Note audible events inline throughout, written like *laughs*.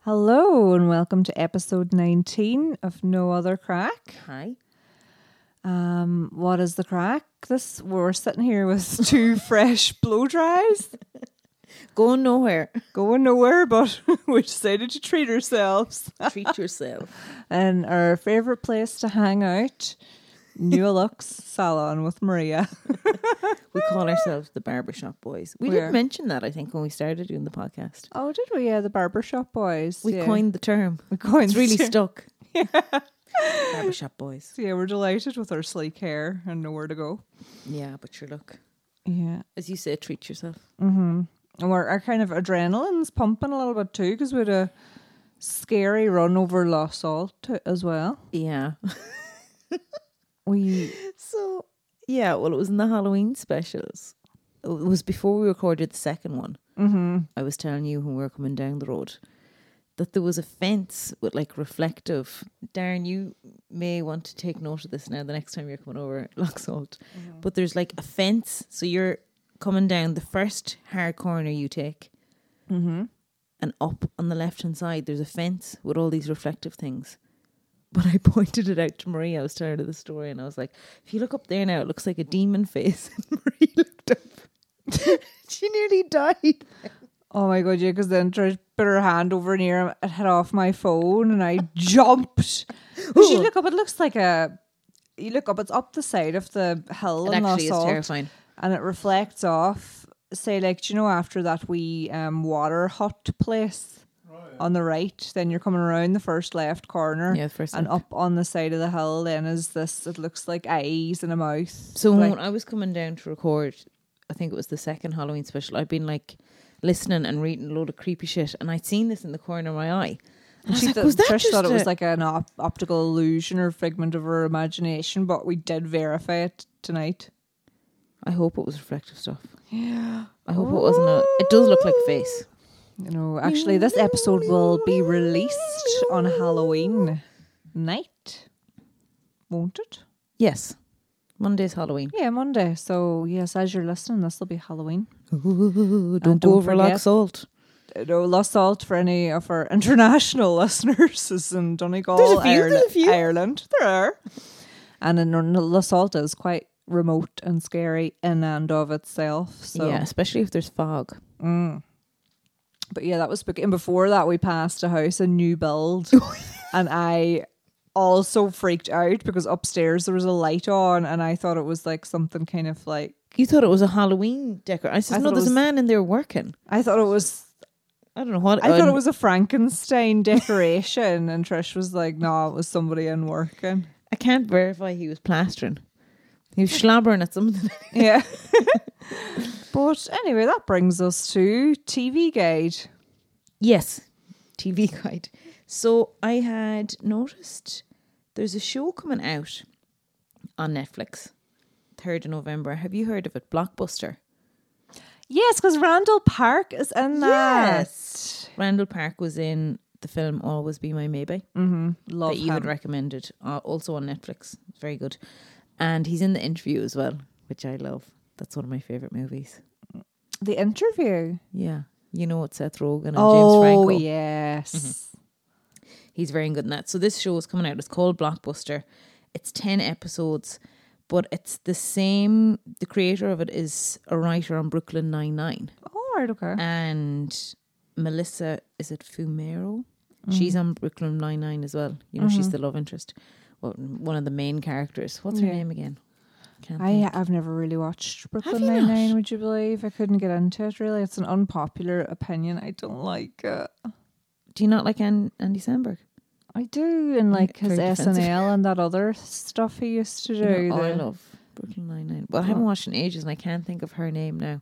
Hello and welcome to episode 19 of No Other Crack. Hi. Um, what is the crack? This we're sitting here with *laughs* two fresh blow dries Going nowhere. *laughs* going nowhere, but *laughs* we decided to treat ourselves Treat yourself. and our favorite place to hang out, New *laughs* Lux Salon with Maria. We call ourselves the barbershop boys. We We're- did mention that, I think, when we started doing the podcast. Oh, did we? Yeah, the barbershop boys. We yeah. coined the term. we coined *laughs* It's really the- *laughs* stuck. Barbershop boys. *laughs* Yeah, we're delighted with our sleek hair and nowhere to go. Yeah, but sure, look. Yeah. As you say, treat yourself. and we're, our kind of adrenaline's pumping a little bit too because we had a scary run over La Salle t- as well. Yeah. *gasps* We So, yeah, well, it was in the Halloween specials. It was before we recorded the second one. Mm-hmm. I was telling you when we were coming down the road that there was a fence with like reflective. Darren, you may want to take note of this now the next time you're coming over *laughs* Loxalt. But there's like a fence. So you're coming down the first hard corner you take. Mm-hmm. And up on the left hand side, there's a fence with all these reflective things. But I *laughs* pointed it out to Marie. I was telling her the story, and I was like, "If you look up there now, it looks like a demon face." *laughs* And Marie looked up. *laughs* she nearly died. oh my god, yeah, because then tried to put her hand over near him, it hit off my phone, and I *gasps* jumped. 'Cause you Ooh. look up, it looks like a. You look up, it's up the side of the hill It in La actually is Salle, terrifying. and it reflects off. Say, like, do you know after that we um water hut place Oh, on the right, then you're coming around the first left corner. Yeah, first. And up on the side of the hill, then is this. It looks like eyes and a mouth. So like, when I was coming down to record, I think it was the second Halloween special. I'd been like listening and reading a load of creepy shit, and I'd seen this in the corner of my eye. And she I was thought, like, was that Trish just thought it was a- like an op- optical illusion or figment of her imagination, but we did verify it tonight. I hope it was reflective stuff. Yeah. I hope it wasn't a. It does look like a face. You know, actually, this episode will be released on Halloween night, won't it? Yes. Monday's Halloween. Yeah, Monday. So yes, as you're listening, this will be Halloween. Uh, don't, don't go over forget- like salt. You know, Lost Salt for any of our *laughs* international listeners is in Donegal, There's a few, Ireland, there's a few. Ireland. There are. And in Lost Salt is quite remote and scary in and of itself. So Yeah, especially if there's fog. but yeah, that was spooky. And before that we passed a house, a new *laughs* build. and I also freaked out because upstairs there was a light on and I thought it was like something kind of like You thought it was a Halloween decor. I I said, thought no, it there's was- a man in there working. I thought it was I don't know what. I thought it um, was a Frankenstein decoration and Trish was like, No, it was somebody in working. I can't verify he was plastering. He was *laughs* slobbering at something. Yeah. *laughs* but anyway, that brings us to TV Guide. yes, TV guide. So I had noticed there's a show coming out on Netflix, third of November. Have you heard of it? Blockbuster. Yes, because Randall Park is in that. Yes. Randall Park was in the film Always Be My Maybe. Love that you had him. recommended, uh, also on Netflix. It's very good. And he's in the interview as well, which I love. That's one of my favorite movies. The interview. Yeah, you know it's Seth Rogen and oh, James Franco. yes. He's very good in that. So this show is coming out. It's called Blockbuster. It's ten episodes, but it's the same. The creator of it is a writer on Brooklyn Nine Nine. All right, okay. and Melissa is it Fumero? Mm. She's on Brooklyn Nine Nine as well. You know, Mm-hmm. she's the love interest, well, one of the main characters. What's her Yeah. name again? Can't think. I I've never really watched Brooklyn you Nine not? Nine. Would Um, you believe I couldn't get into it? Really, it's an unpopular opinion. I don't like it. Do you not like An- Andy Samberg? I do, and like his very defensive. SNL and that other stuff he used to do. No, I the- love Brooklyn Nine Nine. Well, I haven't watched in ages, and I can't think of her name now.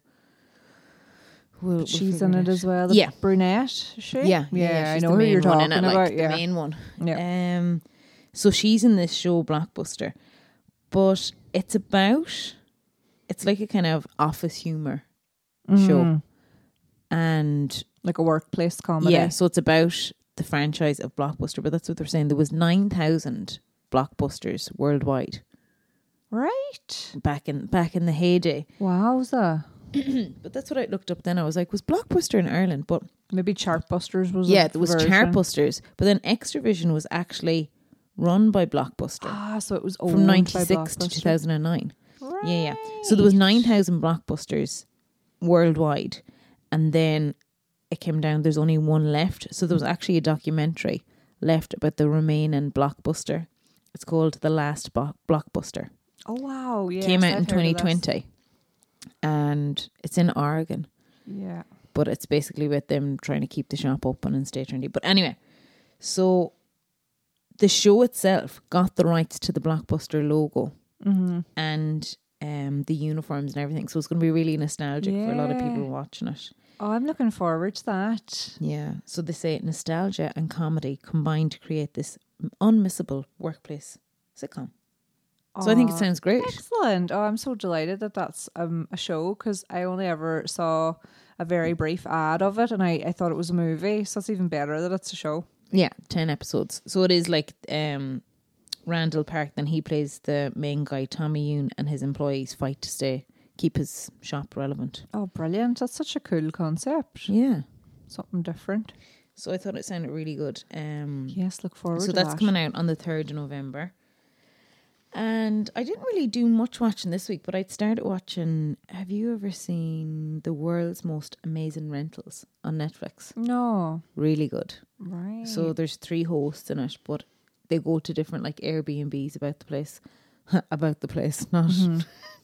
We'll- we'll She's figure in out. it as well. The Yeah. brunette. Is she? Yeah, yeah. I she's know the who main you're one talking in it, about. like, yeah. the main one. Yeah. Um, so she's in this show Blockbuster, but it's about it's like a kind of office humor show, and Mm. like a workplace comedy. yeah, so it's about the franchise of Blockbuster. But that's what they're saying. There was nine thousand Blockbusters worldwide Right. back in back in the heyday. *clears throat* Wowza. but that's what I looked up then. I was like, was Blockbuster in Ireland? But Maybe Chartbusters was yeah, a it was version. Chartbusters. But then Extravision was actually run *gasps* by Blockbuster Ah, so it was owned from by 96 to Blockbuster. 2009. Yeah, yeah. So there was 9,000 Blockbusters worldwide. And then it came down, there's only one left. So there was actually a documentary left about the remaining Blockbuster. It's called The Last Bo- Blockbuster. Oh wow! Yeah, came out in 2020. And it's in Oregon Yeah. but it's basically with them trying to keep the shop open and stay trendy. But anyway, so the show itself got the rights to the blockbuster logo Mm-hmm. and um, the uniforms and everything. So it's going to be really nostalgic for a lot of people Yeah. watching it. Oh, I'm looking forward to that. Yeah. So they say nostalgia and comedy combined to create this unmissable workplace sitcom. So I think it Aw, sounds great. excellent. Oh, I'm so delighted that that's um, a show because I only ever saw a very brief ad of it, and I, I thought it was a movie. So it's even better that it's a show. Yeah, ten episodes. So it is like um, Randall Park. Then he plays the main guy, Tommy Yoon, and his employees fight to stay keep his shop relevant. Oh, brilliant! That's such a cool concept. Yeah. Something different. So I thought it sounded really good. Um, Yes, look forward. so to that's that. coming out on the third of November. And I didn't really do much watching this week, but I'd started watching. Have you ever seen The World's Most Amazing Rentals on Netflix? No, Really good. right. So there's three hosts in it, but they go to different like Airbnbs about the place, *laughs* about the place, *laughs* not *laughs*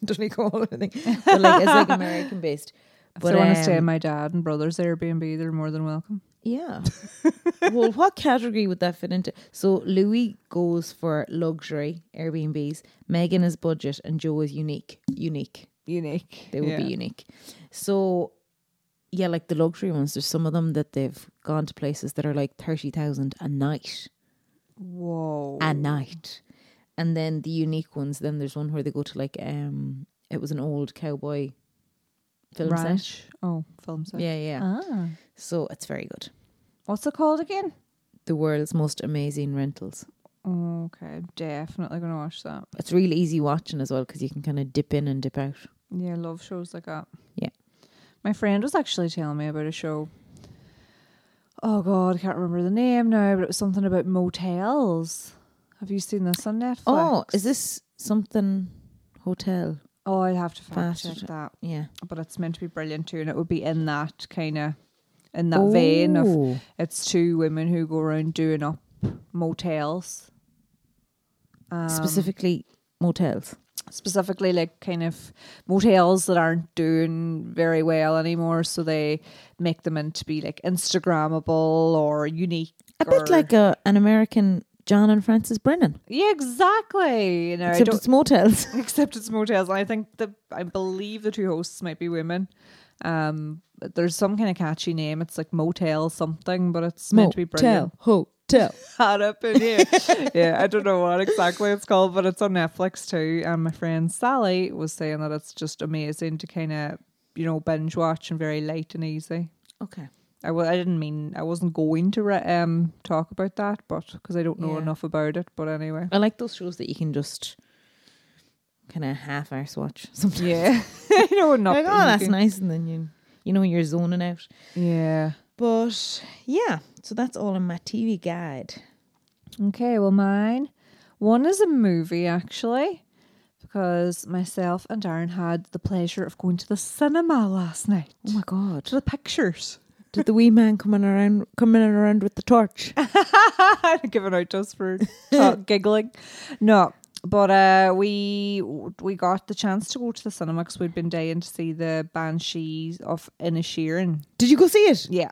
Donegal or anything. But like it's like American based. if But they want to stay um, at my dad and brother's Airbnb, they're more than welcome. yeah. well, what category would that fit into? So Louis goes for luxury Airbnbs. Megan is budget, and Joe is unique. Unique. Unique. They would be Yeah. unique. So. Yeah, like the luxury ones. There's some of them that they've gone to places that are like thirty thousand a night. Whoa. a night. And then the unique ones, then there's one where they go to like um it was an old cowboy film set. Ranch. Oh, film set. Yeah, yeah. Ah. So it's very good. What's it called again? The world's most amazing rentals. Okay, definitely gonna watch that. It's really easy watching as well because you can kind of dip in and dip out. Yeah, I love shows like that. Yeah. My friend was actually telling me about a show. Oh god, I can't remember the name now, but it was something about motels. Have you seen this on Netflix? Oh, is this something hotel? Oh, I'll have to fact Fast check that. Yeah. But it's meant to be brilliant too, and it would be in that kind of in that vein of Oh. it's two women who go around doing up motels. Um, specifically motels. specifically like kind of motels that aren't doing very well anymore so they make them into be like instagrammable or unique A bit or- like a, an American John and Francis Brennan. yeah exactly you know Except I it's motels. don't, except it's motels and i think the i believe the two hosts might be women um but there's some kind of catchy name it's like motel something but it's meant to be brilliant Motel. *laughs* Hotel. hot up in *laughs* here. yeah, I don't know what exactly it's called, but it's on Netflix too. And my friend Sally was saying that it's just amazing to kind of, you know, binge watch and very light and easy. Okay. I w- I didn't mean, I wasn't going to re- um, talk about that, but because I don't know Yeah. enough about it. But anyway. I like those shows that you can just kind of half arse watch *laughs* sometimes. Yeah. *laughs* you know, not like, oh, you that's can- nice. And then you, you know, you're zoning out. Yeah. But yeah, so that's all in my TV guide. Okay, well, mine. One is a movie, actually, because myself and Darren had the pleasure of going to the cinema last night. Oh my God. To the pictures. Did the wee man coming around, coming around with the *laughs* torch? *laughs* given out to us *laughs* for talk, giggling. No, but uh, we we got the chance to go to the cinema because we'd been dying to see the Banshees of Inisherin. Did you go see it? Yeah.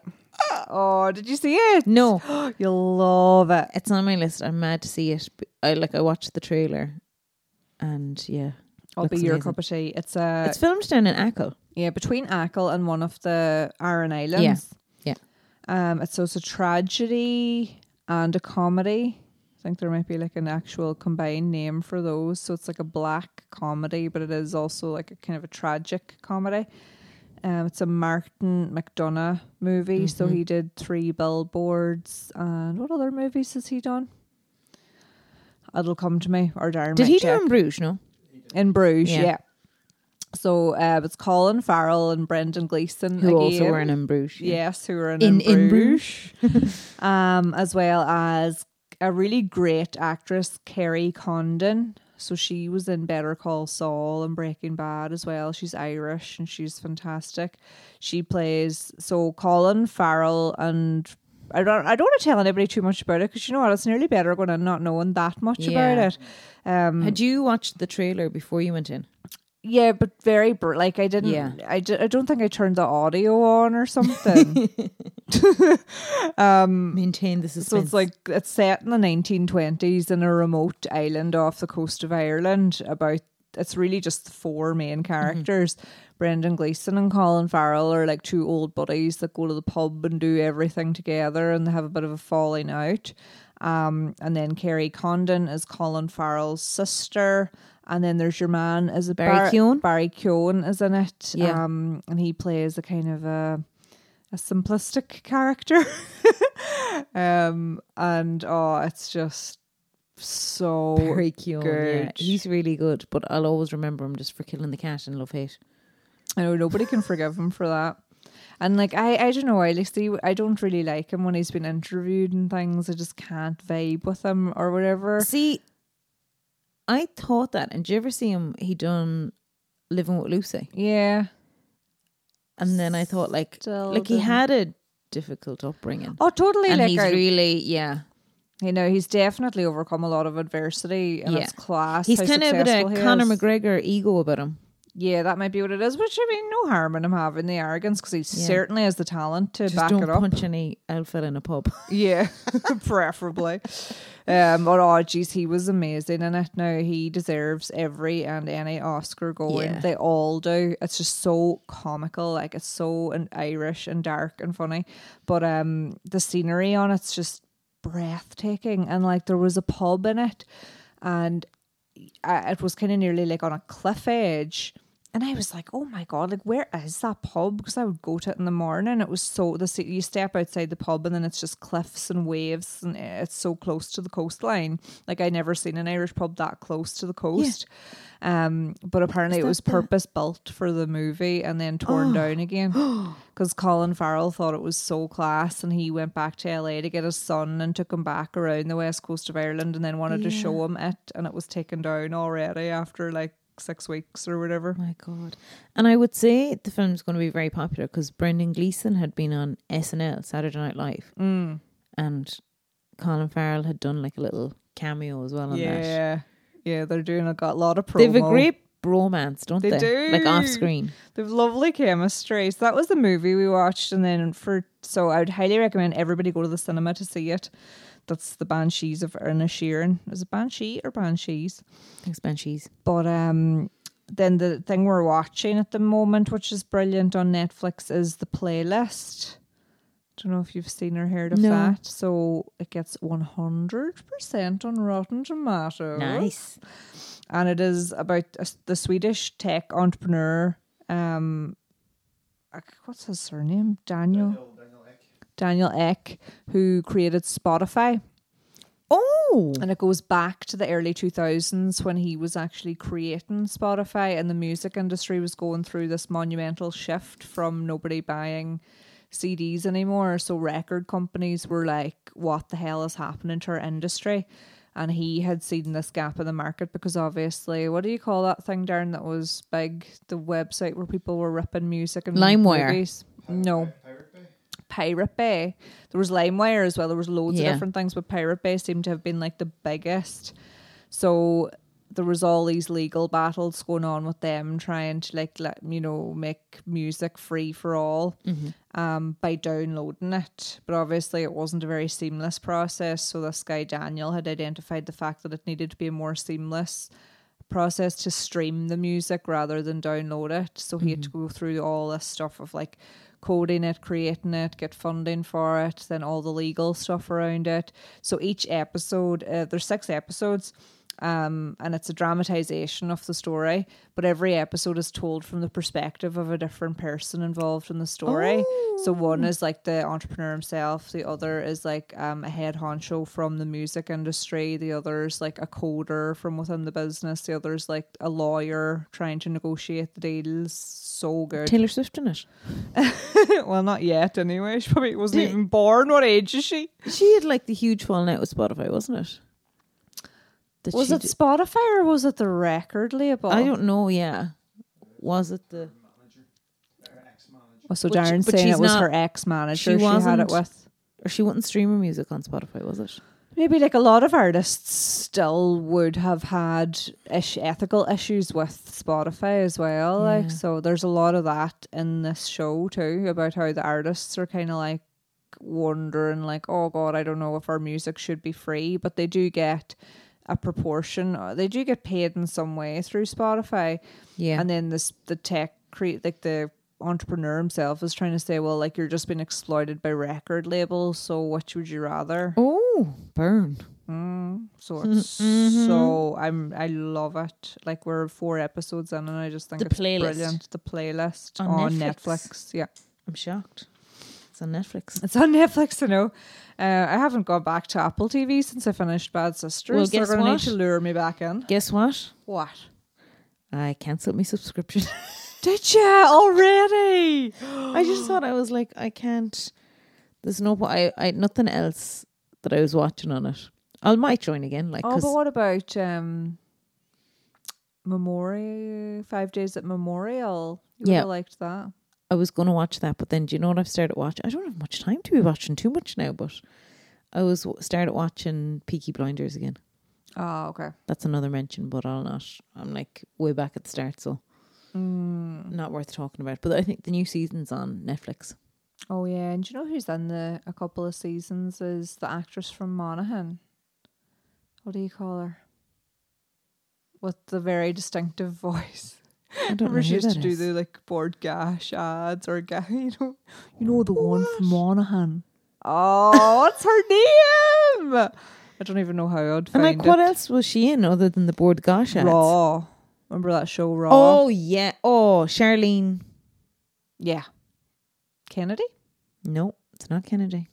Ah. Oh, did you see it? *gasps* No, You'll love it. it's on my list. I'm mad to see it. But I like, I watched the trailer and yeah. I'll looks be your amazing. cup of tea. It's uh, a It's filmed down in Ackle. yeah between Ackle and one of the Aran Islands. Yeah. Um, it's so it's a tragedy and a comedy. I think there might be like an actual combined name for those. So it's like a black comedy, but it is also like a kind of a tragic comedy. Um, it's a Martin McDonough movie. So Mm-hmm. he did three billboards and what other movies has he done? It'll come to me or Darren. Did might he do check. in Bruges? No. in Bruges? Yeah. Yeah. So uh, it's Colin Farrell and Brendan Gleeson Who again. also were in Imbruge. Yes, who are in, In- in, in Bruges. um, as well as a really great actress, Kerry Condon. So she was in Better Call Saul and Breaking Bad as well. She's Irish and she's fantastic. She plays so Colin Farrell and I don't I don't want to tell anybody too much about it because you know what it's nearly better going and not knowing that much Yeah. about it. Um, Had you watched the trailer before you went in? yeah, but very br- like I didn't. Yeah. I, di- I don't think I turned the audio on or something. Maintain the So suspense. it's *laughs* like it's set in the 1920s in a remote island off the coast of Ireland. About it's really just the four main Mm-hmm. characters. Brendan Gleeson and Colin Farrell are like two old buddies that go to the pub and do everything together, and they have a bit of a falling out. Um, and then Kerry Condon is Colin Farrell's sister. And then there's your man is a Barry Keoghan? Barry Keoghan is in it. Yeah. Um, and he plays a kind of a a simplistic character. um, and oh, it's just so Barry Keoghan, yeah. good. He's really good, but I'll always remember him just for killing the cat and love hate. I know nobody can forgive him for that. And like I, I don't know. I like see. I don't really like him when he's been interviewed and things. I just can't vibe with him or whatever. See, I thought that. And did you ever see him? He done Living with Lucy, Yeah. and then I thought like, Still like he didn't. had a difficult upbringing, Oh, totally. and like he's I, really yeah. you know, he's definitely overcome a lot of adversity, and Yeah. it's class. He's how kind of a bit successful of he Conor is. McGregor ego about him. Yeah, that might be what it is. Which I mean, no harm in him having the arrogance because he certainly has the talent to Just back don't it up. punch any outfit in a pub. Yeah, *laughs* preferably. Um, but oh, geez, he was amazing in it. Now he deserves every and any Oscar going. Yeah. They all do. It's just so comical. Like it's so an Irish and dark and funny. But um, the scenery on it's just breathtaking. And like there was a pub in it, and I, it was kind of nearly like on a cliff edge. And I was like, oh my God, like, where is that pub? Because I would go to it in the morning. It was so, the sea- you step outside the pub and then it's just cliffs and waves and eh, it's so close to the coastline. Like, I never seen an Irish pub that close to the coast. Um, but apparently it was purpose built for Oh. the movie and then torn down *gasps* again. Because Colin Farrell thought it was so class and he went back to LA to get his son and took him back around the west coast of Ireland and then wanted to show him it. And it was taken down already after like six weeks or whatever. My God. And I would say the film's going to be very popular because Brendan Gleeson had been on SNL, Saturday Night Live. Mm. And Colin Farrell had done like a little cameo as well on that. Yeah, yeah, they're doing a got lot of promo. Oh, They've a great bromance, don't they? They Like do. off screen. They've lovely chemistry. So that was the movie we watched, and then for so I would highly recommend everybody go to the cinema to see it. That's the Banshees of Ernest Sheeran. Is it Banshee or Banshees? Thanks, Banshees. But um, then the thing we're watching at the moment, which is brilliant on Netflix, is the playlist. Don't know if you've seen or heard of No. that. So it gets one hundred percent on Rotten Tomatoes. Nice. and it is about a s the Swedish tech entrepreneur. Um, uh, what's his surname? Daniel. Daniel, Eck, who created Spotify, Oh. and it goes back to the early two thousands when he was actually creating Spotify, and the music industry was going through this monumental shift from nobody buying CDs anymore. So record companies were like, "What the hell is happening to our industry?" And he had seen this gap in the market because obviously, what do you call that thing, Darren? That was big, the website where people were ripping music and LimeWire. movies. no. Pirate Bay. There was LimeWire as well. There was loads Yeah. of different things, but Pirate Bay seemed to have been like the biggest. So there was all these legal battles going on with them trying to like let you know make music free for all um, by downloading it. But obviously it wasn't a very seamless process. So this guy Daniel had identified the fact that it needed to be a more seamless process to stream the music rather than download it. So he had to go through all this stuff of like coding it, creating it, get funding for it, then all the legal stuff around it. So each episode, uh, there's six episodes, Um, and it's a dramatization of the story, but every episode is told from the perspective of a different person involved in the story. So one is like the entrepreneur himself, the other is like um, a head honcho from the music industry, the other is like a coder from within the business, the other is like a lawyer trying to negotiate the deals. So good. Taylor Swift in it. *laughs* well, not yet anyway. *laughs* She probably wasn't Did- even born. What age is she? She had like the huge falling out with Spotify, wasn't it? That Was she it did- Spotify or was it the record label? I don't know. Yeah, was it the? Oh, so But she- Darren's but saying she's it was not- her ex she manager she, had wasn't- it with. Or she wouldn't stream her music on Spotify, was it? Maybe like a lot of artists still would have had ish ethical issues with Spotify as well. Like Yeah. so there's a lot of that in this show too, about how the artists are kinda like wondering like, Oh god, I don't know if our music should be free but they do get a proportion uh, they do get paid in some way through Spotify. Yeah, And then this the tech create like the entrepreneur himself is trying to say, well, like you're just being exploited by record labels. So which would you rather? Oh, burn. So Mm-hmm. it's so I'm I love it. Like we're four episodes in, and I just think The it's playlist. brilliant. The playlist On on, Netflix. Netflix. Yeah, I'm shocked. It's on Netflix. it's on *laughs* Netflix. I know. Uh, I haven't gone back to Apple TV since I finished Bad Sisters. Well, so they're guess gonna what? need to lure me back in. Guess what? What? I cancelled my subscription. *laughs* Did you already? I just thought I was like, I can't. There's no. po- I I nothing else that I was watching on it. I might join again, like Oh, 'cause but what about um, Memorial? Five Days at Memorial. You Yeah. would have liked that. I was going to watch that, but then do you know what I've started watching? I don't have much time to be watching too much now, but I was w- started watching Peaky Blinders again. Oh, okay. That's another mention, but I'll not. I'm like way back at the start, so Mm. not worth talking about. But I think the new season's on Netflix. Oh yeah, and do you know who's in the a couple of seasons is the actress from Monaghan. What do you call her? With the very distinctive voice. I don't know Remember she who used to that do is. the like board gash ads or ga- *laughs* you know you know the one from Monaghan. Oh, what's her name? I don't even know how I'd And find like, what it. else was she in other than the board gosh ads? Raw. Remember that show Raw? Oh yeah. Oh, Charlene. Yeah. Kennedy? No, it's not Kennedy.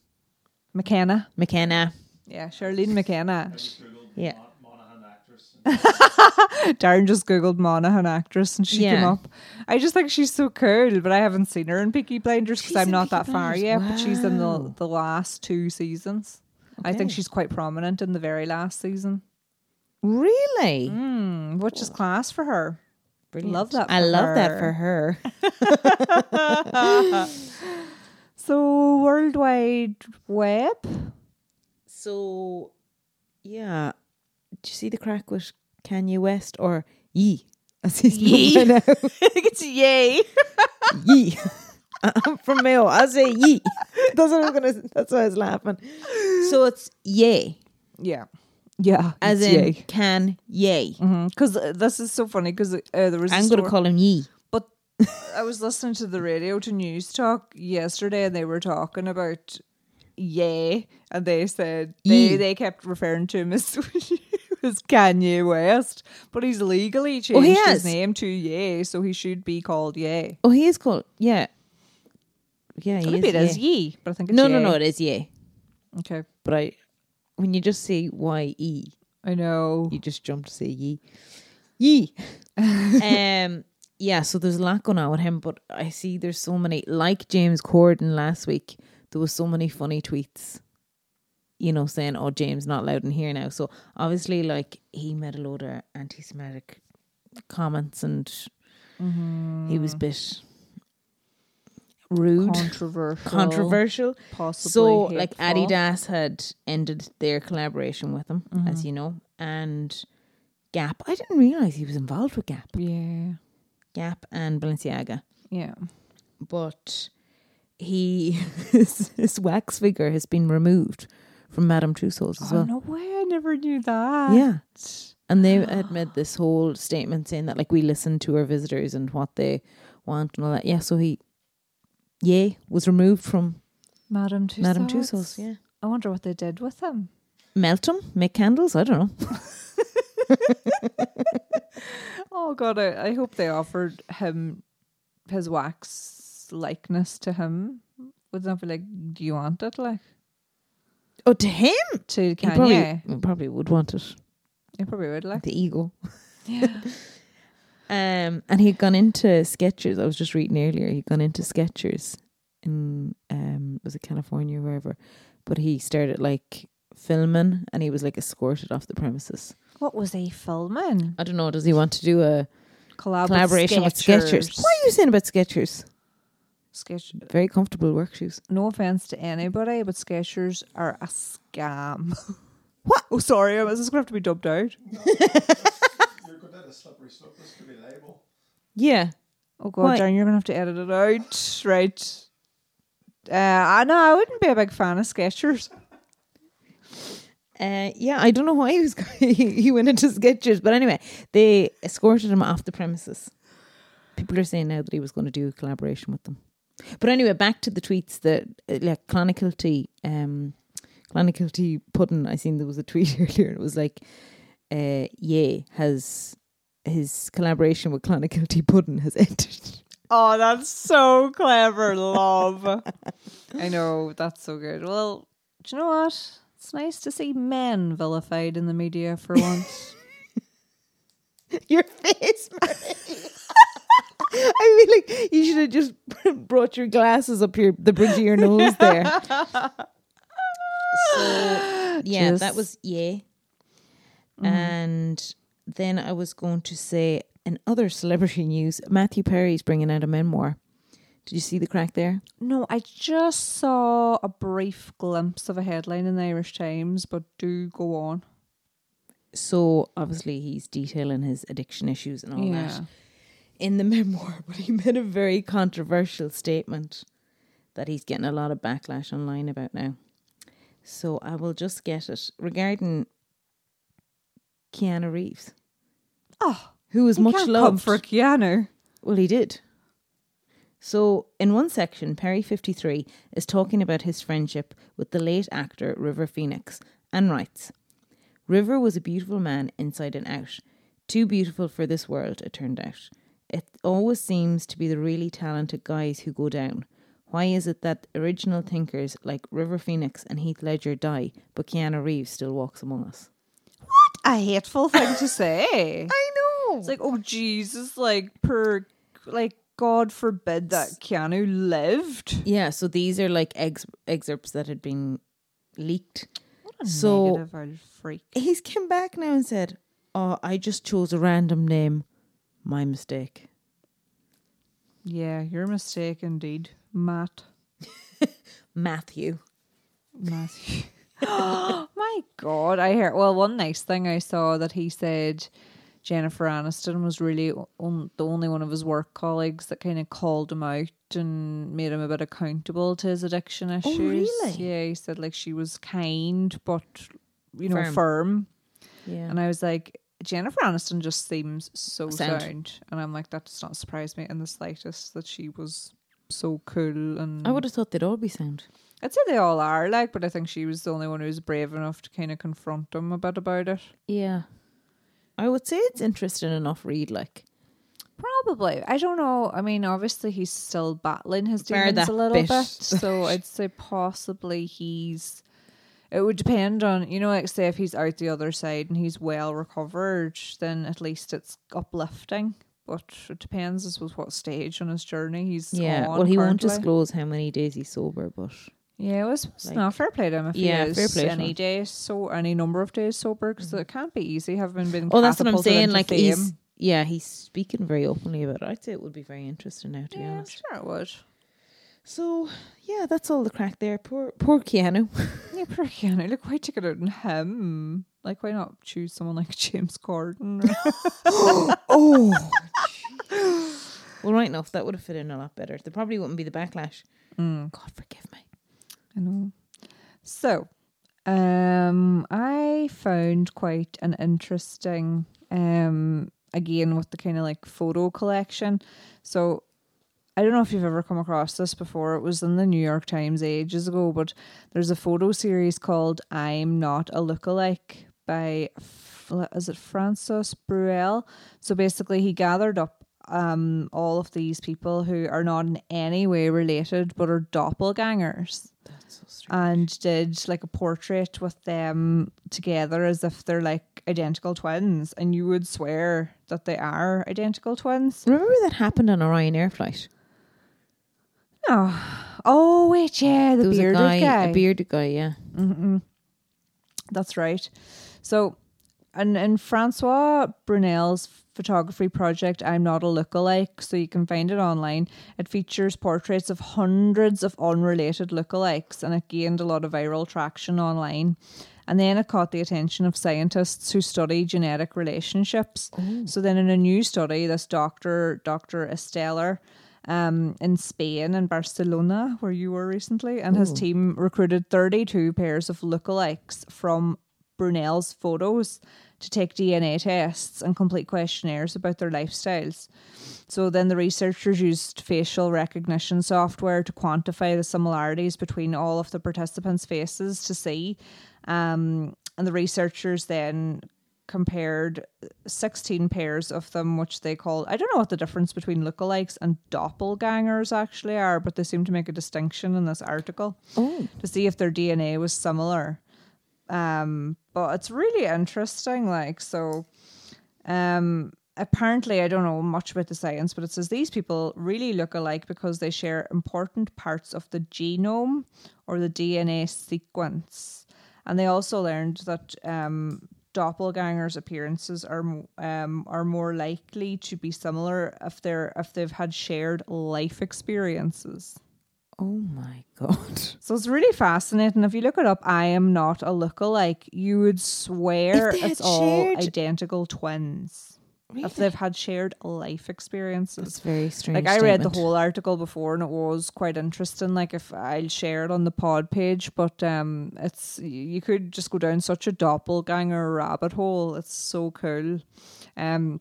McKenna. McKenna. Yeah, Charlene McKenna. Yeah. Darren just googled Monaghan actress and she came Yeah. up. I just think she's so cool, but I haven't seen her in Peaky Blinders She's because I'm in not Peaky that far Blinders. yet. But she's in Wow. the the last two seasons. I think Okay. she's quite prominent in the very last season, Really? mm, which is class for her. Love that. I for love that her. for *laughs* her. So World Wide Web. So, yeah. Did you see the crack with Kanye West or Yee? As he's Yee. *laughs* known by now. it's *laughs* yay. Yee. *laughs* I'm from Mayo. I say Yee. That's what I'm gonna. That's why I was laughing. So it's yay, Yeah. Yeah. as it's in yay. can yay. Because this is so funny because uh, there was a I'm gonna story- call him Yee. But I was listening to the radio to news talk yesterday, and they were talking about yay, and they said Ye. they they kept referring to him as, *laughs* as Kanye West, but he's legally changed Oh, he his has. name to Ye, so he should be called Ye. Oh, he is called yeah, yeah. He Maybe is it is Ye. Ye, but I think it's No, no, Ye. no. It is yay. Okay, But I, when you just say Y E, I know. you just jump to say ye. Ye. um yeah, so there's a lot going on with him, but I see there's so many like James Corden last week, there was so many funny tweets. You know, saying, Oh, James not allowed in here now. So obviously like he made a load of anti Semitic comments and he was a bit rude. Controversial, Controversial, possibly. so like hateful. Adidas had ended their collaboration with him, Mm-hmm. as you know, and Gap. I didn't realize he was involved with Gap, Yeah, Gap and Balenciaga, yeah. but he *laughs* his, his wax figure has been removed from Madame Tussauds as Oh well. no way! I never knew that. Yeah. And they had made this whole statement saying that like we listen to our visitors and what they want and all that. Yeah, so he yeah, was removed from Madame Tussauds. Madame Tussauds. Yeah. I wonder what they did with him. Melt them, make candles, I don't know. Oh god, I, I hope they offered him his wax likeness to him. Would not that be like, do you want it? Like Oh, to him? to He Kanye, probably, he probably would want it. he probably would like. The ego. Yeah. Um, and he'd gone into Skechers. I was just reading earlier. He'd gone into Skechers in um was it California or wherever, but he started like filming, and he was like escorted off the premises. *laughs* What was he filming? I don't know. Does he want to do a Collab collaboration with Skechers? What are you saying about Skechers? Sketch. Very comfortable work shoes. No offense to anybody, but Skechers are a scam. *laughs* What? Oh, sorry. I was just gonna have to be dubbed out. You're good at a slippery slope. This could be label. Yeah, Oh god, Why? Darren, you're gonna have to edit it out, right? Uh, I know I wouldn't be a big fan of Skechers. Uh, yeah, I don't know why he was *laughs* he, he went into Skechers, but anyway, they escorted him off the premises. People are saying now that he was going to do a collaboration with them, but anyway, back to the tweets that uh, like Clonakilty, um, Clonakilty Puddin. I seen there was a tweet *laughs* earlier, and it was like, uh, "Yeah, has his collaboration with Clonakilty Puddin has *laughs* entered." Oh, that's so clever, love. *laughs* I know, that's so good. Well, do you know what? It's nice to see men vilified in the media *laughs* for once. Your *laughs* face, Marie. *laughs* I feel like you should have just *laughs* brought your glasses up your the bridge of your nose there. So yeah, that Just- was yeah. Mm-hmm. And then I was going to say in other celebrity news, Matthew Perry's bringing out a memoir. Did you see the crack there? no, I just saw a brief glimpse of a headline in the Irish Times, but do go on. So obviously he's detailing his addiction issues and all Yeah. that in the *laughs* memoir, but he made a very controversial statement that he's getting a lot of backlash online about now. So I will just get it regarding Keanu Reeves, Oh, who was he much can't come loved. for Keanu. Well, he did. So, in one section, Perry 53 is talking about his friendship with the late actor River Phoenix and writes River was a beautiful man inside and out. Too beautiful for this world, it turned out. It always seems to be the really talented guys who go down. Why is it that original thinkers like River Phoenix and Heath Ledger die, but Keanu Reeves still walks among us? A hateful thing to *laughs* say. I know! It's like, oh Jesus, like per like God forbid that Keanu lived. Yeah, so these are like ex- excerpts that had been leaked. So so Negative old freak. he's came back now and said, "Oh, I just chose a random name. My mistake." Yeah, your mistake indeed, Matt. Matthew. *gasps* Matthew. *gasps* My God, I heard. Well, one nice thing I saw that he said Jennifer Aniston was really on, the only one of his work colleagues that kind of called him out and made him a bit accountable to his addiction issues. Oh, really? Yeah, he said like she was kind but you know Firm. firm. Yeah. And I was like, Jennifer Aniston just seems so Sound. sound. And I'm like, that does not surprise me in the slightest that she was so cool. And I would have thought they'd all be sound. I'd say they all are, like, but I think she was the only one who was brave enough to kind of confront them a bit about it. Yeah. I would say it's interesting enough read like Probably. I don't know. I mean, obviously, he's still battling his Bar demons that a little bit. bit. *laughs* So I'd say possibly he's. It would depend on, you know, like, say, if he's out the other side and he's well recovered, then at least it's uplifting. But it depends, I suppose, what stage on his journey he's Yeah. on. well he won't currently. disclose how many days he's sober, but Yeah, it was it's Like- not fair play to him if Yeah, he is fair play to any him. day so any number of days sober because it can't be easy having been. Oh that's what I'm catapulted saying. into Like fame. he's yeah, he's speaking very openly about it. I'd say it would be very interesting now to be yeah, I'm honest. sure it would. So yeah, that's all the crack there. Poor poor Keanu. Yeah, poor Keanu. *laughs* Like, why take it out on him? Like, why not choose someone like *laughs* James Corden? or- oh. well, right enough, that would have fit in a lot better. There probably wouldn't be the backlash. God forgive me. I know. So, um, I found quite an interesting, um, again with the kind of like photo collection. So, I don't know if you've ever come across this before. It was in the New York Times ages ago, but there's a photo series called "I'm Not a Lookalike" by F- Le- is it Francis Bruel? So basically, he gathered up um, all of these people who are not in any way related but are doppelgangers That's so strange. and did like a portrait with them together as if they're like identical twins and you would swear that they are identical twins *sighs* Remember that happened on a Ryanair flight? no oh wait yeah the there was bearded a guy, guy, a bearded guy, yeah. that's right so and in francois brunel's photography project i'm not a lookalike so you can find it online it features portraits of hundreds of unrelated lookalikes and it gained a lot of viral traction online and then it caught the attention of scientists who study genetic relationships so then in a new study this doctor dr esteller um, in Spain and Barcelona, where you were recently, and his team recruited 32 pairs of lookalikes from Brunel's photos to take DNA tests and complete questionnaires about their lifestyles. So then the researchers used facial recognition software to quantify the similarities between all of the participants' faces to see. Um, and the researchers then compared 16 pairs of them, which they called, I don't know what the difference between lookalikes and doppelgangers actually are, but they seem to make a distinction in this article Oh, to see if their DNA was similar. Um, but it's really interesting. Like, so, um, apparently, I don't know much about the science, but it says these people really look alike because they share important parts of the genome or the DNA sequence. And they also learned that um, doppelgangers' appearances are m- um, are more likely to be similar if they're if they've had shared life experiences. oh my god! *laughs* So it's really fascinating. If you look it up, I am not a lookalike. You would swear If they it's had all shared- identical twins. If they've had shared life experiences. That's very strange. Like I read the statement. whole article before and it was quite interesting. Like if I'll share it on the pod page, but um it's you could just go down such a doppelganger rabbit hole. It's so cool. Um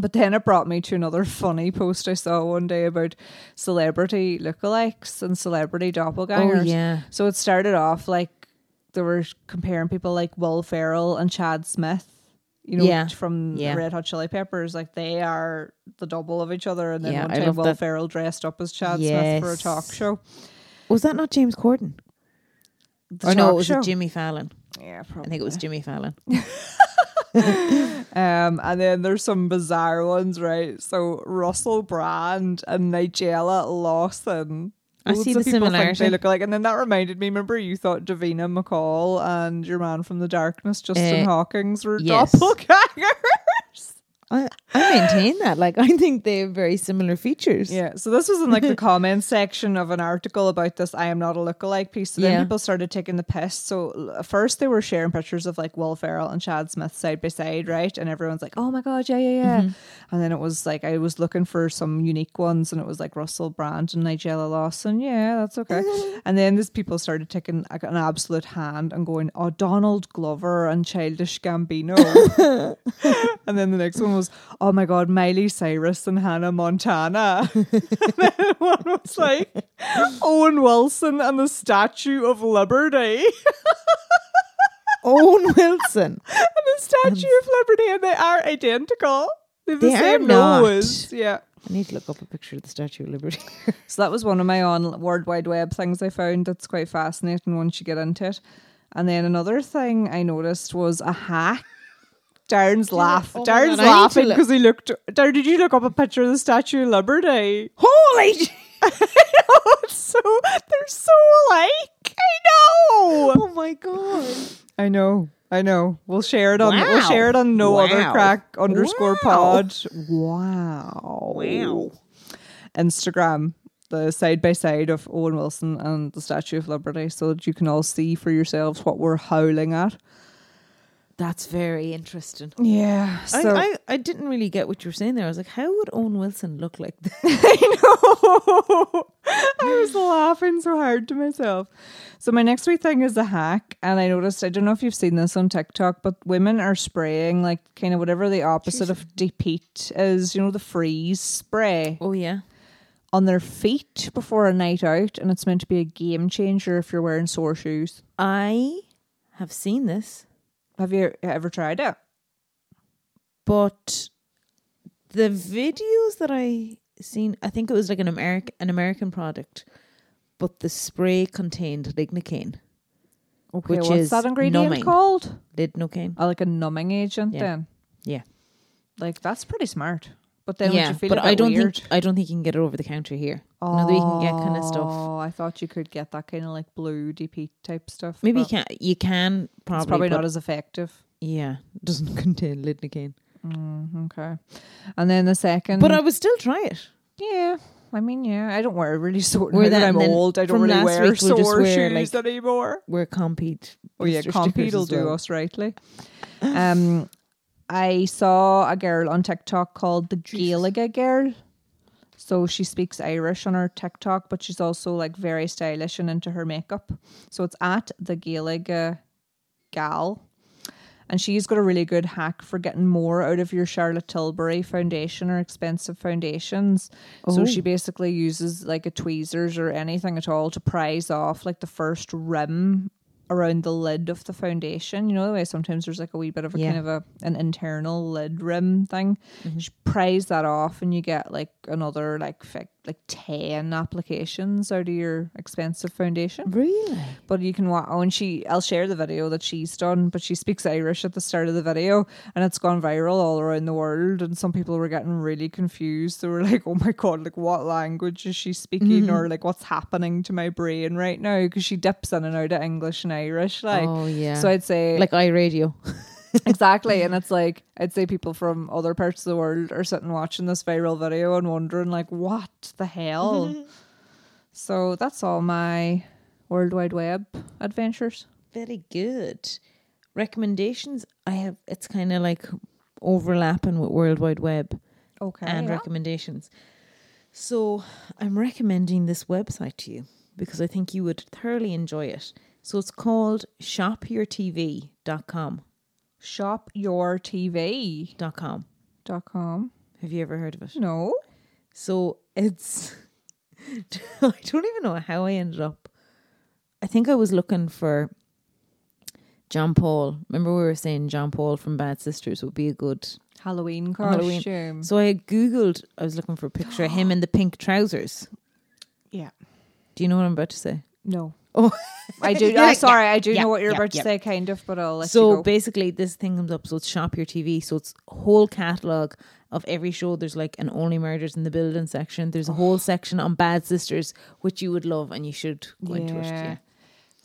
but then it brought me to another funny post I saw one day about celebrity lookalikes and celebrity doppelgangers. Oh yeah, So it started off like they were comparing people like Will Ferrell and Chad Smith, you know, Yeah. from Yeah. Red Hot Chili Peppers. Like they are the double of each other. And then Yeah, one I time love Will that. Ferrell dressed up as Chad Smith for a Yes. talk show. was that not James Corden? The Or no, talk it was show. it Jimmy Fallon. Yeah, probably. I think it was Jimmy Fallon. Um, and then there's some bizarre ones, right? So Russell Brand and Nigella Lawson. I Loads see of the people think They similarity. look alike, and then that reminded me. Remember, you thought Davina McCall and your man from the darkness, Justin Eh, Hawkins, were yes. doppelgangers. *laughs* I, I maintain that. Like I think they have very similar features. Yeah. So this was in like the comments section of an article about this I am not a lookalike piece. So then Yeah. people started taking the piss. So l- first they were sharing pictures of like Will Ferrell and Chad Smith side by side, right? And everyone's like, oh my God, yeah, yeah, yeah. And then it was like, I was looking for some unique ones and it was like Russell Brand and Nigella Lawson. Yeah, that's okay. and then these people started taking like an absolute hand and going, oh, Donald Glover and Childish Gambino. And then the next one was, oh my God, Miley Cyrus and Hannah Montana. *laughs* and then one was like, Owen Wilson and the Statue of Liberty. *laughs* Owen *laughs* and Wilson. the Statue of Liberty, and they are identical. They have the They are same not. nose. Yeah. I need to look up a picture of the Statue of Liberty. *laughs* So that was one of my on World Wide Web things I found that's quite fascinating once you get into it. And then another thing I noticed was a hack. Darren's laugh. Oh my Darren's God, I need to laughing look. because he looked. Darren, did you look up a picture of the Statue of *laughs* Liberty? Holy! j- it's so they're so alike. I know. Oh my god! I know. I know. We'll share it on. We'll Wow. share it on no other Wow. crack underscore Wow. pod. Wow. Instagram. The side by side of Owen Wilson and the Statue of Liberty, so that you can all see for yourselves what we're howling at. That's very interesting. Yeah, so I, I I didn't really get what you were saying there. I was like, how would Owen Wilson look like that? *laughs* know. I was laughing so hard to myself. So my next week thing is a hack, and I noticed I don't know if you've seen this on TikTok, but women are spraying like kind of whatever the opposite of deep heat is, you know, the freeze spray Oh yeah. on their feet before a night out, and it's meant to be a game changer if you're wearing sore shoes. I have seen this. Have you ever tried it? But the videos that I seen, I think it was like an American an American product, but the spray contained lignocaine, Okay, Which what's is that ingredient numbing. called? lignocaine. Oh, like a numbing agent Yeah. then. Yeah. Like that's pretty smart. But then yeah, would you feel but a bit I don't weird? think I don't think you can get it over the counter here. None of you can get kind of stuff. Oh, I thought you could get that kind of like blue DP type stuff. Maybe you but can. You can probably. It's probably but not as effective. Yeah, it doesn't *laughs* contain lignocaine. Mm, Okay. And then the second But uh, I would still try it. Yeah. I mean, yeah, I don't wear really *laughs* sort Wear now that that I'm and then old. I don't from really last wear week we'll sore just wear, shoes anymore. We're compete. Oh yeah, restrictors compete will as do well. us rightly. Um, I saw a girl on TikTok called the Gaeliga girl. So she speaks Irish on her TikTok, but she's also like very stylish and into her makeup. So it's at the Gaeliga gal. And she's got a really good hack for getting more out of your Charlotte Tilbury foundation or expensive foundations. So she basically uses like a tweezers or anything at all to prise off like the first rim around the lid of the foundation. You know the way sometimes there's like a wee bit of a Yeah. kind of a an internal lid rim thing. She prise that off and you get like another like fi- like ten applications out of your expensive foundation. Really? But you can watch, oh, and she, I'll share the video that she's done, but she speaks Irish at the start of the video and it's gone viral all around the world. And some people were getting really confused. They were like, oh my God, like what language is she speaking? Mm. Or like what's happening to my brain right now? Because she dips in and out of English and Irish. Like, Oh, yeah. So I'd say, *laughs* Like iRadio. *laughs* exactly. And it's like, I'd say people from other parts of the world are sitting watching this viral video and wondering, like, what the *laughs* hell? so that's all my World Wide Web adventures. Very good. Recommendations. I have. It's kind of like overlapping with World Wide Web Okay. and yeah. recommendations. So I'm recommending this website to you because I think you would thoroughly enjoy it. So it's called shopyourtv.com. shopyourtv.com. Dot com. Have you ever heard of it? No. So it's *laughs* I don't even know how I ended up. I think I was looking for John Paul. Remember we were saying John Paul from Bad Sisters would be a good. Halloween Halloween. costume. So I had googled. I was looking for a picture of him in the pink trousers. Yeah. Do you know what I'm about to say? No. Oh. I do. *laughs* Yeah, I'm sorry. I do yeah, know what you're yeah, about to yeah. say, kind of, but I'll let so you go. basically, this thing comes up. So it's shop your TV. So it's whole catalog of every show. There's like an only murders in the building section. There's a whole section on Bad Sisters, which you would love, and you should go into it. Yeah. Yeah.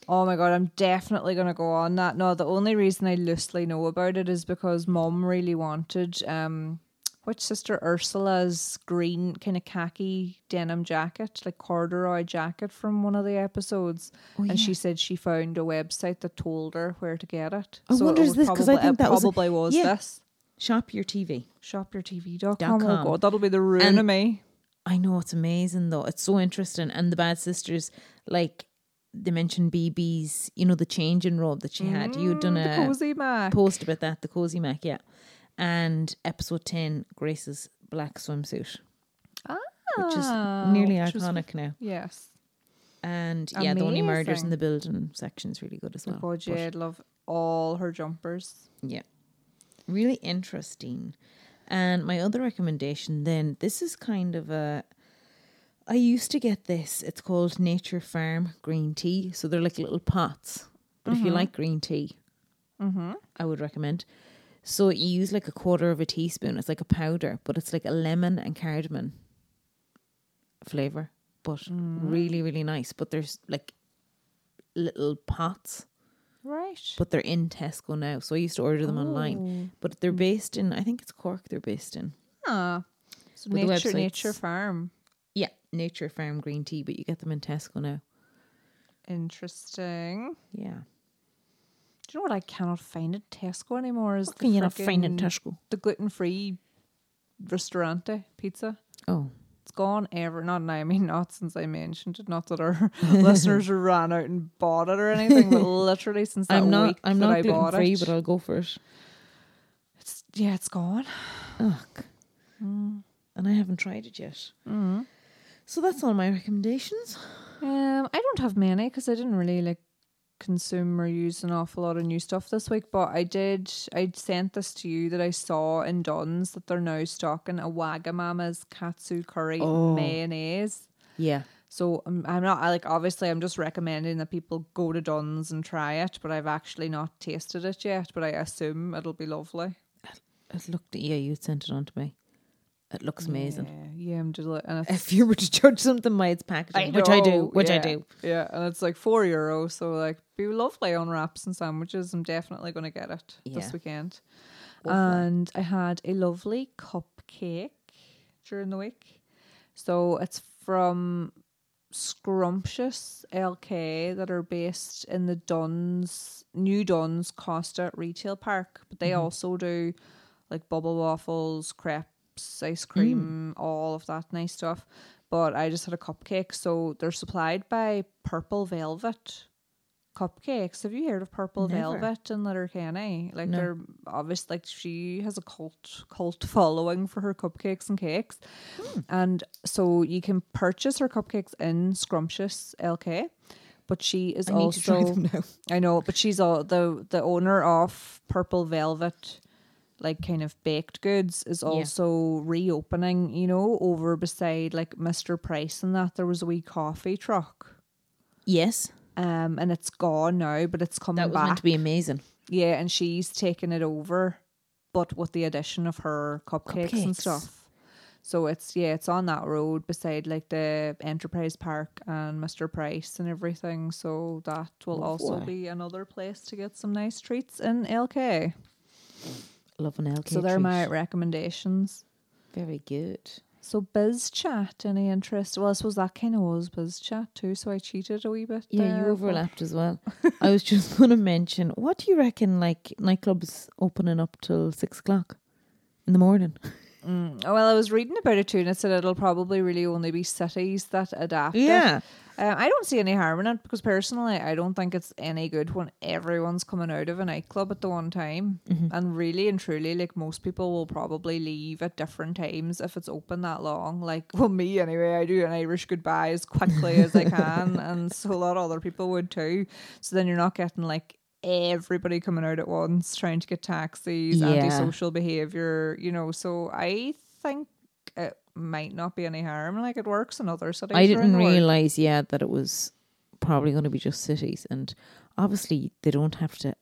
Oh my god, I'm definitely gonna go on that. No, the only reason I loosely know about it is because mom really wanted um which sister Ursula's green kind of khaki denim jacket, like corduroy jacket from one of the episodes. Oh, and she said she found a website that told her where to get it. I wonder it was is this- 'cause I probably- think it that was a- probably was yeah. this. Shop your TV. Shopyourtv.com. Oh com. god, that'll be the ruin And- of me. I know it's amazing though. It's so interesting. And the Bad Sisters, like they mentioned BB's, you know, the changing robe that she had. You had done Mm, The a cozy Mac. post about that, the cozy Mac, yeah. And episode ten, Grace's black swimsuit, which is Ah, nearly which was- iconic now. Yes. And yeah, the only murders Amazing. in the building section's really good as well. God, But, yeah, I'd love all her jumpers. yeah. Really interesting. And my other recommendation then, this is kind of a I used to get this. It's called Nature Farm green tea. So they're like little pots. But if you like green tea, I would recommend. So you use like a quarter of a teaspoon. It's like a powder, but it's like a lemon and cardamom flavor, but really, really nice. But there's like little pots, Right. but they're in Tesco now. So I used to order them online, but they're based in, I think it's Cork. They're based in. Ah. So But the nature, websites- nature farm. Yeah, Nature Farm green tea, but you get them in Tesco now. Interesting. Yeah. Do you know what I cannot find at Tesco anymore? Is What can you not find in frickin' Tesco? the gluten free restaurante pizza? Oh, It's gone ever. Not now. I mean, not since I mentioned it. Not that *laughs* our listeners ran out and bought it or anything, but literally since that I'm week not. I'm that not I gluten bought free, it, but I'll go for it. it's, yeah, it's gone. Ugh. And I haven't tried it yet. Mm-hmm. So that's all my recommendations. Um, I don't have many because I didn't really like consume or use an awful lot of new stuff this week, but I did. I sent this to you that I saw in Dunn's that they're now stocking a Wagamama's katsu curry Oh. mayonnaise. Yeah. So um, I'm, I'm not I, like obviously I'm just recommending that people go to Dunn's and try it, but I've actually not tasted it yet. But I assume it'll be lovely. It looked, yeah, you sent it on to me. It looks amazing. Yeah, yeah I'm deli- and it's, If you were to *laughs* judge something by its packaging, which I do, know, which I yeah, do. Yeah, and it's like four euro, so like be lovely on wraps and sandwiches. I'm definitely going to get it Yeah. this weekend. And I had a lovely cupcake during the week. So it's from Scrumptious LK that are based in the Duns, New Duns Costa Retail Park. But they also do like bubble waffles, crepes, ice cream, all of that nice stuff. But I just had a cupcake. So they're supplied by Purple Velvet Cupcakes. Have you heard of Purple Never. Velvet in Letterkenny? Like No. they're obvious. Like she has a cult cult following for her cupcakes and cakes. Hmm. And so you can purchase her cupcakes in Scrumptious LK, but she is I need also to try them now. *laughs* I know, but she's all the the owner of Purple Velvet, like kind of baked goods, is also reopening. You know, over beside like Mister Price and that there was a wee coffee truck, *laughs* Yes, um, and it's gone now, but it's coming that was back. meant to be amazing. Yeah, and she's taken it over, but with the addition of her cupcakes, and Cupcakes. stuff. So it's yeah, it's on that road beside like the Enterprise Park and Mr. Price and everything. So that will also Lovely. be another place to get some nice treats in LK. Love an LK. so they're my treat. recommendations. very good. So biz chat, any interest? Well, I suppose that kind of was biz chat too. So I cheated a wee bit. Yeah, you there, but- overlapped as well. *laughs* I was just going to mention, what do you reckon? Like nightclubs opening up till six o'clock in the morning. Oh, well, I was reading about it too, and it said it'll probably really only be cities that adapt. it. Yeah. Um, I don't see any harm in it because personally, I don't think it's any good when everyone's coming out of a nightclub at the one time. Mm-hmm. And really and truly, like most people will probably leave at different times if it's open that long. Like, *laughs* well, me anyway, I do an Irish goodbye as quickly as I *laughs* can, and so a lot of other people would too. So then you're not getting like everybody coming out at once trying to get taxis, Yeah. antisocial behavior, you know. So I think it might not be any harm. Like, it works in other cities. I around didn't the world. realize, yeah, that it was probably going to be just cities, and obviously they don't have to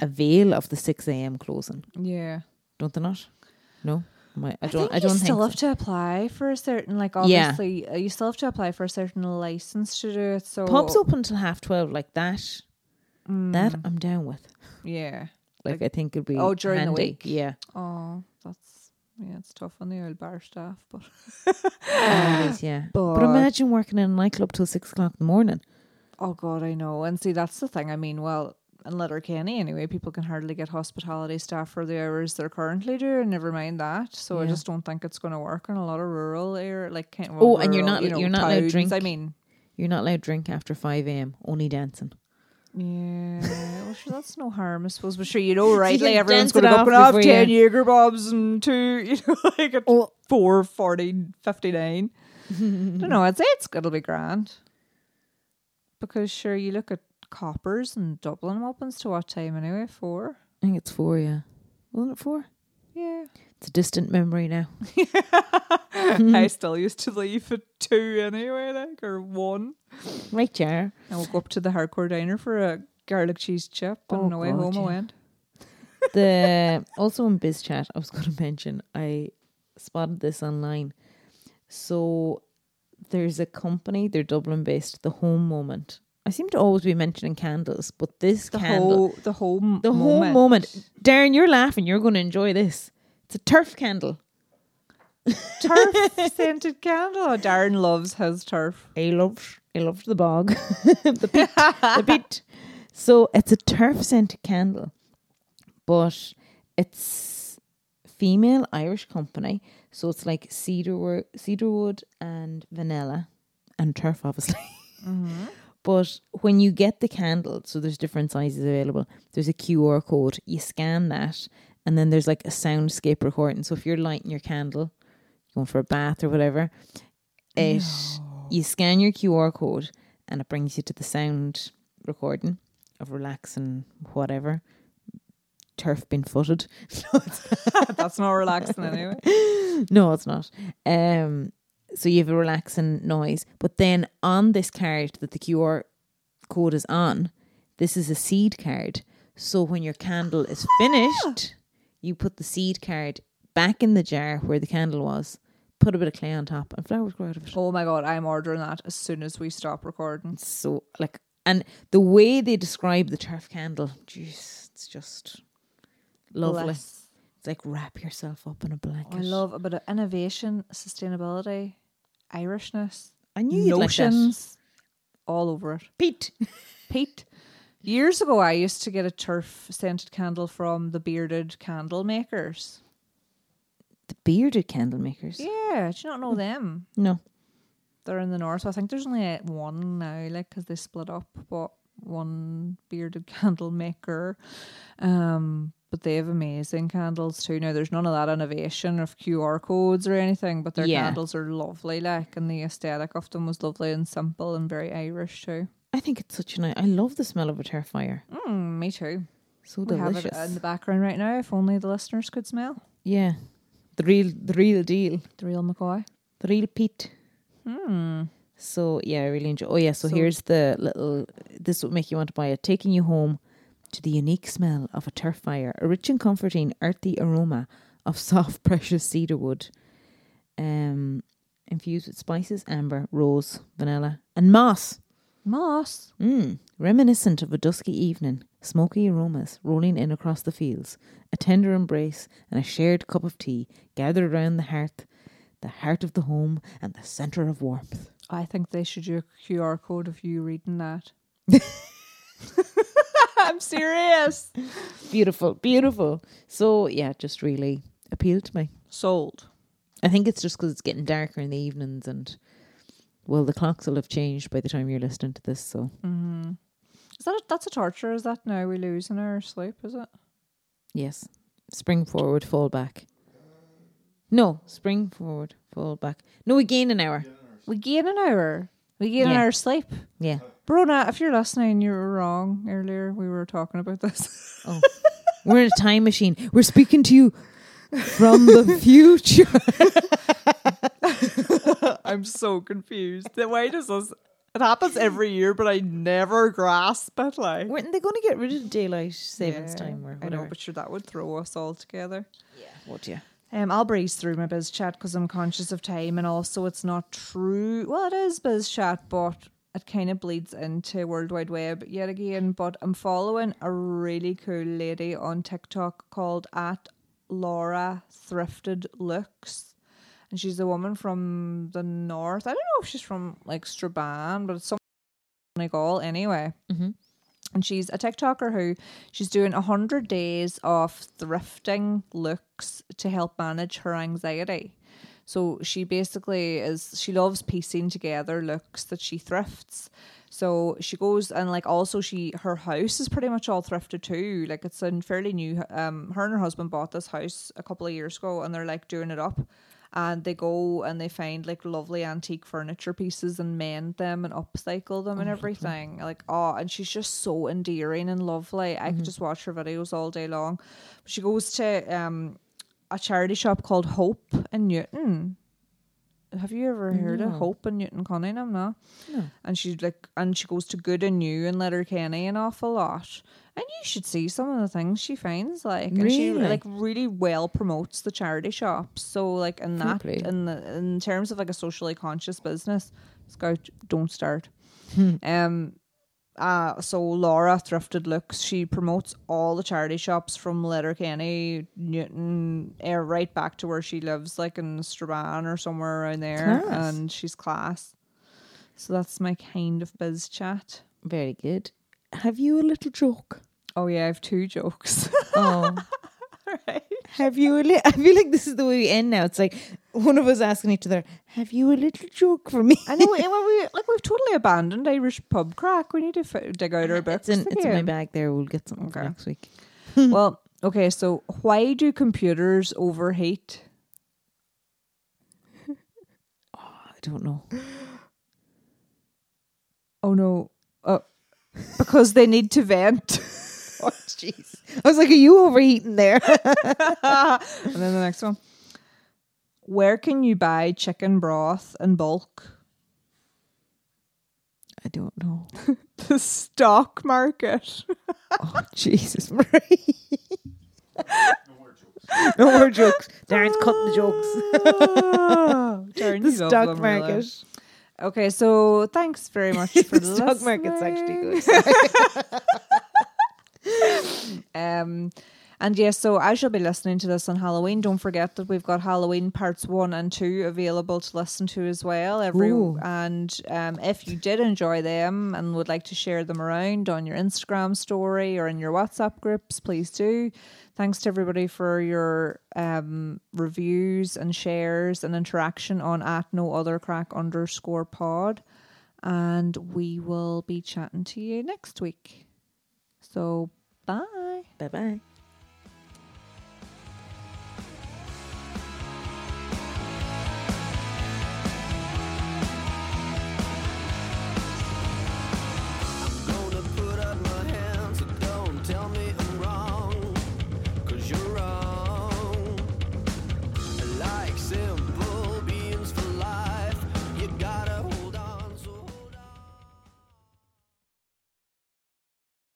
avail of the six a.m. closing, Yeah. don't they? Not? No, Am I, I I don't. think I, don't you think. still so. have to apply for a certain like Yeah. obviously uh, you still have to apply for a certain license to do it. So Pubs open till half twelve, like that. That I'm down with. yeah. Like, I think it'd be Mm. Oh, during the handy. week. Yeah, Oh, that's yeah, it's tough on the old bar staff, but Yeah, it is, yeah. Uh, But, But- imagine working in a nightclub till six o'clock in the morning. oh god, I know. And see, that's the thing. I mean, well, in Letterkenny anyway, people can hardly get hospitality staff for the hours they're currently doing. Never mind that. So I Yeah. just don't think it's going to work in a lot of rural area, like kind Oh, and you're rural, not- you know, you're not allowed towns, drink. I mean, You're not allowed to drink after five a.m. Only dancing. Yeah, well, sure, that's no harm, I suppose. But sure, you *laughs* know, right? can like everyone's dance it going to off go off before ten you- Jaeger bobs and two, *laughs* you know, like at four forty fifty nine. *laughs* I don't know. I'd say it's it'll be grand because sure, you look at Coppers and Dublin opens to what time anyway? Four. I think it's four. Yeah, wasn't it four? *laughs* Yeah, It's a distant memory now. I still used to leave at two anyway, like or one. *laughs* Right, Jar. I woke up to the hardcore diner for a garlic cheese chip, and Oh, on the way God, home yeah. I went. the also in biz chat i was going to *laughs* mention i spotted this online so there's a company they're dublin based the home moment i seem to always be mentioning candles but this The candle whole, the whole, the home moment darren you're laughing you're going to enjoy this it's a turf candle *laughs* turf scented candle. Oh, Darren loves his turf. I loved I loved the bog. *laughs* the pit. the pit. So it's a turf scented candle. But it's female Irish company. So it's like cedar cedarwood and vanilla and turf obviously. *laughs* But when you get the candle, so there's different sizes available. There's a QR code. You scan that, and then there's like a soundscape recording. So if you're lighting your candle, going for a bath or whatever, it you scan your QR code, and it brings you to the sound recording. of relaxing whatever turf been footed *laughs* That's not relaxing *laughs* anyway. no it's not um so you have a relaxing noise but then on this card that the qr code is on this is a seed card so when your candle is finished you put the seed card back in the jar where the candle was put a bit of clay on top and flowers grow out of it Oh my god, I'm ordering that as soon as we stop recording. so like and the way they describe the turf candle jeez it's just lovely Bless. it's like wrap yourself up in a blanket I love a bit of innovation, sustainability, Irishness, i knew you'd like that notions, all over it. pete Pete. Years ago, I used to get a turf scented candle from the bearded candle makers. the bearded candle makers Yeah, do you not know them? no They're in the north. So I think there's only uh, one now, like, because they split up, but one bearded *laughs* candle maker. Um, but they have amazing candles too. Now, there's none of that innovation of QR codes or anything, but their Yeah. candles are lovely, like, and the aesthetic of them was lovely and simple and very Irish too. i think it's such a nice i love the smell of a turf fire Mm, me too. so We have delicious it in the background right now, if only the listeners could smell. yeah the real the real deal The real McCoy. the real pete Hmm. So yeah, I really enjoy. Oh yeah, so, So- here's the little. This would make you want to buy it. Taking you home to the unique smell of a turf fire, a rich and comforting earthy aroma of *laughs* soft, precious cedar wood, um, infused with spices, amber, rose, vanilla, and moss. Moss. Mm, reminiscent of a dusky evening, smoky aromas rolling in across the fields, a tender embrace and a shared cup of tea gathered around the hearth, the heart of the home and the centre of warmth. I think they should do a QR code of you reading *laughs* that. I'm serious. beautiful, beautiful. So yeah, it just really appealed to me. Sold. I think it's just because it's getting darker in the evenings, and well, the clocks will have changed by the time you're listening to this. So Mm-hmm. Is that a, that's a torture? Is that now we lose an hour of sleep? Is it? yes, spring forward, fall back. No, spring forward, fall back. No, we gain an hour. We gain an hour. We gain an Yeah. hour of sleep. Yeah. Brona, if you're listening, you were wrong earlier. We were talking about this. *laughs* Oh, we're in a time machine. We're speaking to you from *laughs* the future. I'm so confused. Why does this? It happens every year, but I never grasp it. Like Weren't they going to get rid of daylight savings time or I know, whatever? but sure that would throw us all together. Would you? Um, I'll breeze through my biz chat because I'm conscious of time, and also it's not true. Well, it is biz chat, but it kind of bleeds into World Wide Web yet again. But I'm following a really cool lady on TikTok called at Laura Thrifted Looks, and she's a woman from the north. I don't know if she's from like Strabane, but it's something like all anyway Mm-hmm. and she's a TikToker who she's doing 100 days of thrifting looks to help manage her anxiety. So she basically is she loves piecing together looks that she thrifts. So she goes and like also she her house is pretty much all thrifted too. Like it's a fairly new um her and her husband bought this house a couple of years ago and they're like doing it up and they go and they find like lovely antique furniture pieces and mend them and upcycle them and everything. Like, oh, and she's just so endearing and lovely. I could just watch her videos all day long. She goes to um, a charity shop called Hope in Newton. Have you ever heard of Hope in Newton Cunningham? No. No. And she like, and she goes to Good and New and Letterkenny an awful lot. And you should see some of the things she finds. Like, and she Really? like really well promotes the charity shops. So like in Fair that play. in the in terms of like a socially conscious business, Scout don't start. um uh so Laura Thrifted Looks, she promotes all the charity shops from Letterkenny, Newton, eh, right back to where she lives, like in Strabane or somewhere around there. Class. And she's class. So that's my kind of biz chat. Very good. Have you a little joke? Oh yeah, I have two jokes. *laughs* Oh. right. Have you a li- I feel like this is the way we end now. It's like one of us asking each other, "Have you a little joke for *laughs* me?" I know *laughs* we, we like we've totally abandoned Irish pub crack. We need to f- dig out our books. It's in, it's in my again. bag there. We'll get something for Okay. next week. well, okay. So why do computers overheat? I don't know. Oh no! Oh, because they need to vent. Oh, *laughs* jeez. I was like, are you overheating there? and then the next one. Where can you buy chicken broth in bulk? *laughs* *laughs* I don't know. The stock market. Oh, Jesus, *laughs* Marie. no more jokes. Darren's cutting the jokes. Darn, *laughs* Ah, The you love stock them, really. market. Okay, so thanks very much *laughs* for *laughs* The stock market's actually listening. good. Um, and yes, so as you'll be listening to this on Halloween, don't forget that we've got Halloween parts one and two available to listen to as well. Every Ooh. and um, if you did enjoy them and would like to share them around on your Instagram story or in your WhatsApp groups, please do. Thanks to everybody for your um, reviews and shares and interaction on at no other crack underscore pod. And we will be chatting to you next week. So bye. Bye bye.